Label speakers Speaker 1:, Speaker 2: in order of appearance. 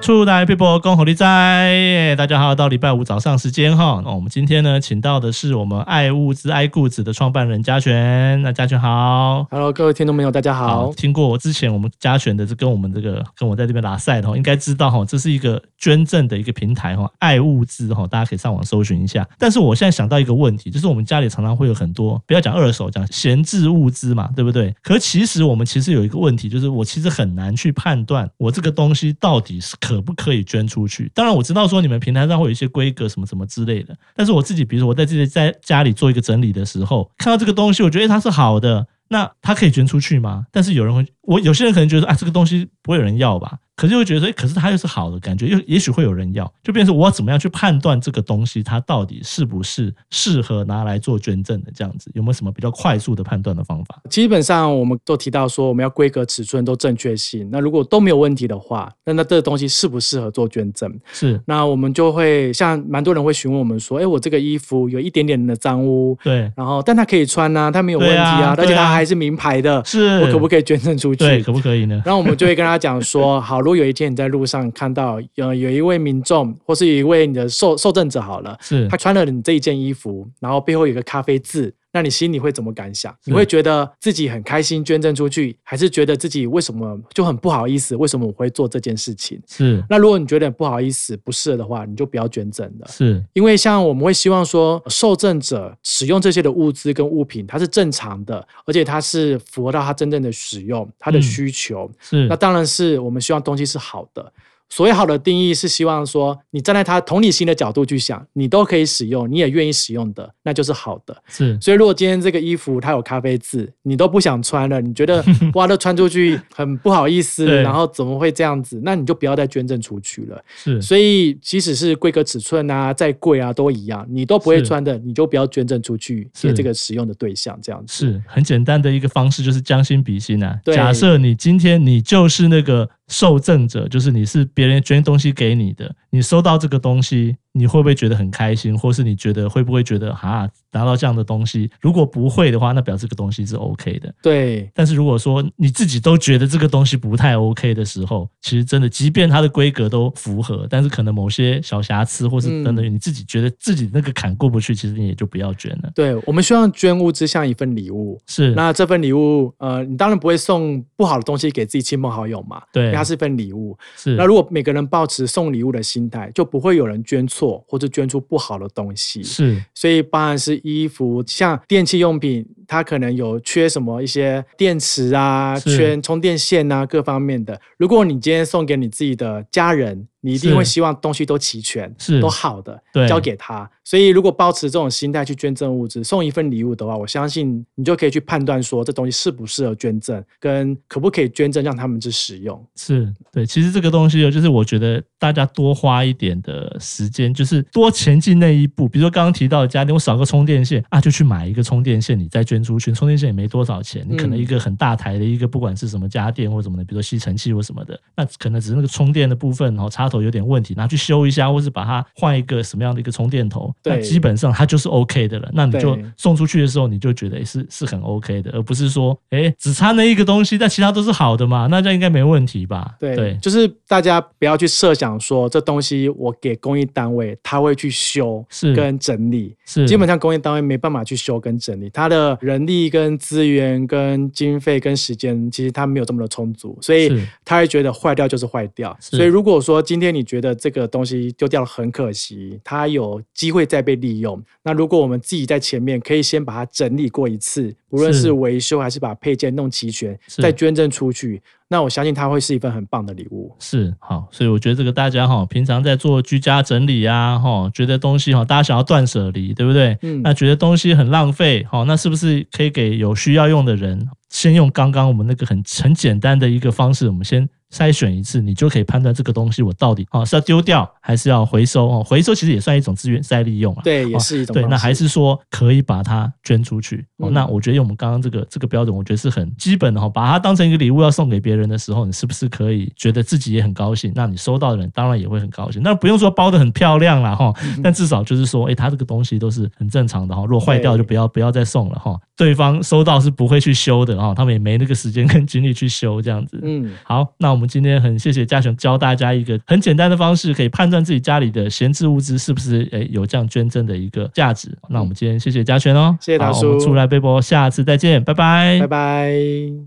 Speaker 1: 出来 people 共好利哉！哎大家好，到礼拜五早上时间哈。那我们今天呢，请到的是我们爱物资爱顾子的创办人嘉璇。那嘉璇好。
Speaker 2: Hello，各位听众朋友，大家好。
Speaker 1: 听过我之前我们嘉璇的这跟我们这个跟我在这边拉赛的哦，应该知道哈，这是一个捐赠的一个平台哈，爱物资哈，大家可以上网搜寻一下。但是我现在想到一个问题，就是我们家里常常会有很多，不要讲二手，讲闲置物资嘛，对不对？可其实我们其实有一个问题，就是我其实很难去判断我这个东西到底是可不可以捐出去。当然我知道说你们平台上会有一些规格什么什么之类的，但是我自己比如说我在自己在家里做一个整理的时候，看到这个东西，我觉得诶它是好的，那它可以捐出去吗？但是有人会，我有些人可能觉得说啊，这个东西不会有人要吧？可是又觉得说，诶可是它又是好的感觉，又也许会有人要，就变成我要怎么样去判断这个东西它到底是不是适合拿来做捐赠的这样子？有没有什么比较快速的判断的方法？
Speaker 2: 基本上我们都提到说，我们要规格、尺寸都正确性。那如果都没有问题的话，那那这个东西适不适合做捐赠？
Speaker 1: 是
Speaker 2: 那我们就会像蛮多人会询问我们说，哎，我这个衣服有一点点的脏污，
Speaker 1: 对，
Speaker 2: 然后但它可以穿啊，它没有问
Speaker 1: 对
Speaker 2: 题
Speaker 1: 啊
Speaker 2: 啊，而且
Speaker 1: 对啊
Speaker 2: 它还是名牌的，
Speaker 1: 是
Speaker 2: 我可不可以捐赠出
Speaker 1: 对，
Speaker 2: 去？
Speaker 1: 可不可以呢？
Speaker 2: 然后我们就会跟他 讲说，好，如果有一天你在路上看到，呃，有一位民众或是有一位你的受受赠者好了，
Speaker 1: 是
Speaker 2: 他穿了你这一件衣服，然后背后有个咖啡字，那你心里会怎么感想？你会觉得自己很开心捐赠出去，还是觉得自己为什么就很不好意思？为什么我会做这件事情？
Speaker 1: 是
Speaker 2: 那如果你觉得不好意思、不适合的话，你就不要捐赠了。
Speaker 1: 是
Speaker 2: 因为像我们会希望说，受赠者使用这些的物资跟物品，它是正常的，而且它是符合到他真正的使用、他的
Speaker 1: 嗯
Speaker 2: 需求。
Speaker 1: 是
Speaker 2: 那，当然是我们希望东西是好的。所谓好的定义是希望说，你站在他同理心的角度去想，你都可以使用，你也愿意使用的，那就是好的。
Speaker 1: 是
Speaker 2: 所以，如果今天这个衣服它有咖啡渍，你都不想穿了，你觉 得哇，都穿出去很不好意思，
Speaker 1: 对
Speaker 2: 然后怎么会这样子？那你就不要再捐赠出去了。
Speaker 1: 是
Speaker 2: 所以，即使是规格、尺寸啊，再贵啊，都一样，你都不会
Speaker 1: 是
Speaker 2: 穿的，你就不要捐赠出去
Speaker 1: 是
Speaker 2: 给这个使用的对象，这样子。
Speaker 1: 是很简单的一个方式，就是将心比心啊。
Speaker 2: 对
Speaker 1: 假设你今天你就是那个受赠者，就是你是别人捐东西给你的，你收到这个东西，你会不会觉得很开心，或是你觉得会不会觉得啊，拿到这样的东西，如果不会的话，那表示这个东西是 OK 的。
Speaker 2: 对，
Speaker 1: 但是如果说你自己都觉得这个东西不太 OK 的时候，其实真的，即便它的规格都符合，但是可能某些小瑕疵，或是等
Speaker 2: 嗯
Speaker 1: 等，你自己觉得自己那个坎过不去，其实你也就不要捐了。
Speaker 2: 对，我们希望捐物之像一份礼物，
Speaker 1: 是，
Speaker 2: 那这份礼物，呃，你当然不会送不好的东西给自己亲朋好友嘛，因
Speaker 1: 对
Speaker 2: 为，它是一份礼物。
Speaker 1: 是
Speaker 2: 那如果每个人抱持送礼物的心态，就不会有人捐错或者捐出不好的东西。
Speaker 1: 是
Speaker 2: 所以，包含是衣服，像电器用品，它可能有缺什么一些电池啊、
Speaker 1: 是
Speaker 2: 缺充电线啊各方面的。如果你今天送给你自己的家人，你一定
Speaker 1: 是
Speaker 2: 会希望东西都齐全，
Speaker 1: 是
Speaker 2: 都好的
Speaker 1: 对，
Speaker 2: 交给他。所以，如果保持这种心态去捐赠物资，送一份礼物的话，我相信你就可以去判断说这东西适不适合捐赠，跟可不可以捐赠让他们去使用。
Speaker 1: 是对，其实这个东西哦，就是我觉得大家多花一点的时间，就是多前进那一步。比如说刚刚提到的家电，我少个充电线啊，就去买一个充电线，你再捐出去。充电线也没多少钱，你可能
Speaker 2: 嗯
Speaker 1: 一个很大台的一个，不管是什么家电或什么的，比如说吸尘器或什么的，那可能只是那个充电的部分，然后插头有点问题，拿去修一下，或是把它换一个什么样的一个充电头，那
Speaker 2: 对
Speaker 1: 基本上它就是 OK 的了。那你就
Speaker 2: 对
Speaker 1: 送出去的时候，你就觉得、诶是是很 OK 的，而不是说哎、诶只差那一个东西，但其他都是好的嘛，那这样应该没问题吧？
Speaker 2: 对，就是大家不要去设想说这东西我给公益单位，他会去修
Speaker 1: 是
Speaker 2: 跟整理。
Speaker 1: 是
Speaker 2: 基本上公益单位没办法去修跟整理，它的人力跟资源跟经费跟时间，其实它没有这么的充足，所以
Speaker 1: 是
Speaker 2: 他会觉得坏掉就是坏掉。
Speaker 1: 是
Speaker 2: 所以如果说今天你觉得这个东西丢掉了很可惜，它有机会再被利用，那如果我们自己在前面可以先把它整理过一次，无论
Speaker 1: 是
Speaker 2: 是维修还是把配件弄齐全，
Speaker 1: 是
Speaker 2: 再捐赠出去，那我相信它会是一份很棒的礼物。
Speaker 1: 是好，所以我觉得这个大家哈，平常在做居家整理啊，哈，觉得东西哈，大家想要断舍离，对不对？
Speaker 2: 嗯
Speaker 1: 那觉得东西很浪费，好，那是不是可以给有需要用的人，先用刚刚我们那个很很简单的一个方式，我们先筛选一次，你就可以判断这个东西我到底哦是要丢掉还是要回收哦，回收其实也算一种资源再利用啊。
Speaker 2: 对，也是一种
Speaker 1: 对，那
Speaker 2: 方式
Speaker 1: 还是说可以把它捐出去。哦，
Speaker 2: 嗯
Speaker 1: 那我觉得用我们刚刚这个这个标准，我觉得是很基本的哈、哦。把它当成一个礼物要送给别人的时候，你是不是可以觉得自己也很高兴？那你收到的人当然也会很高兴。那不用说包的很漂亮啦哈、
Speaker 2: 嗯
Speaker 1: 但至少就是说，诶，它这个东西都是很正常的哈、如果坏掉
Speaker 2: 对
Speaker 1: 就不要不要再送了哈、对方收到是不会去修的哈、他们也没那个时间跟精力去修这样子。
Speaker 2: 嗯，
Speaker 1: 好，那我们们今天很谢谢嘉璇教大家一个很简单的方式，可以判断自己家里的闲置物资是不是诶有这样捐赠的一个价值。那我们今天谢谢嘉璇哦，
Speaker 2: 谢谢大
Speaker 1: 好
Speaker 2: 叔
Speaker 1: 我们出来背包，下次再见，拜拜，
Speaker 2: 拜拜。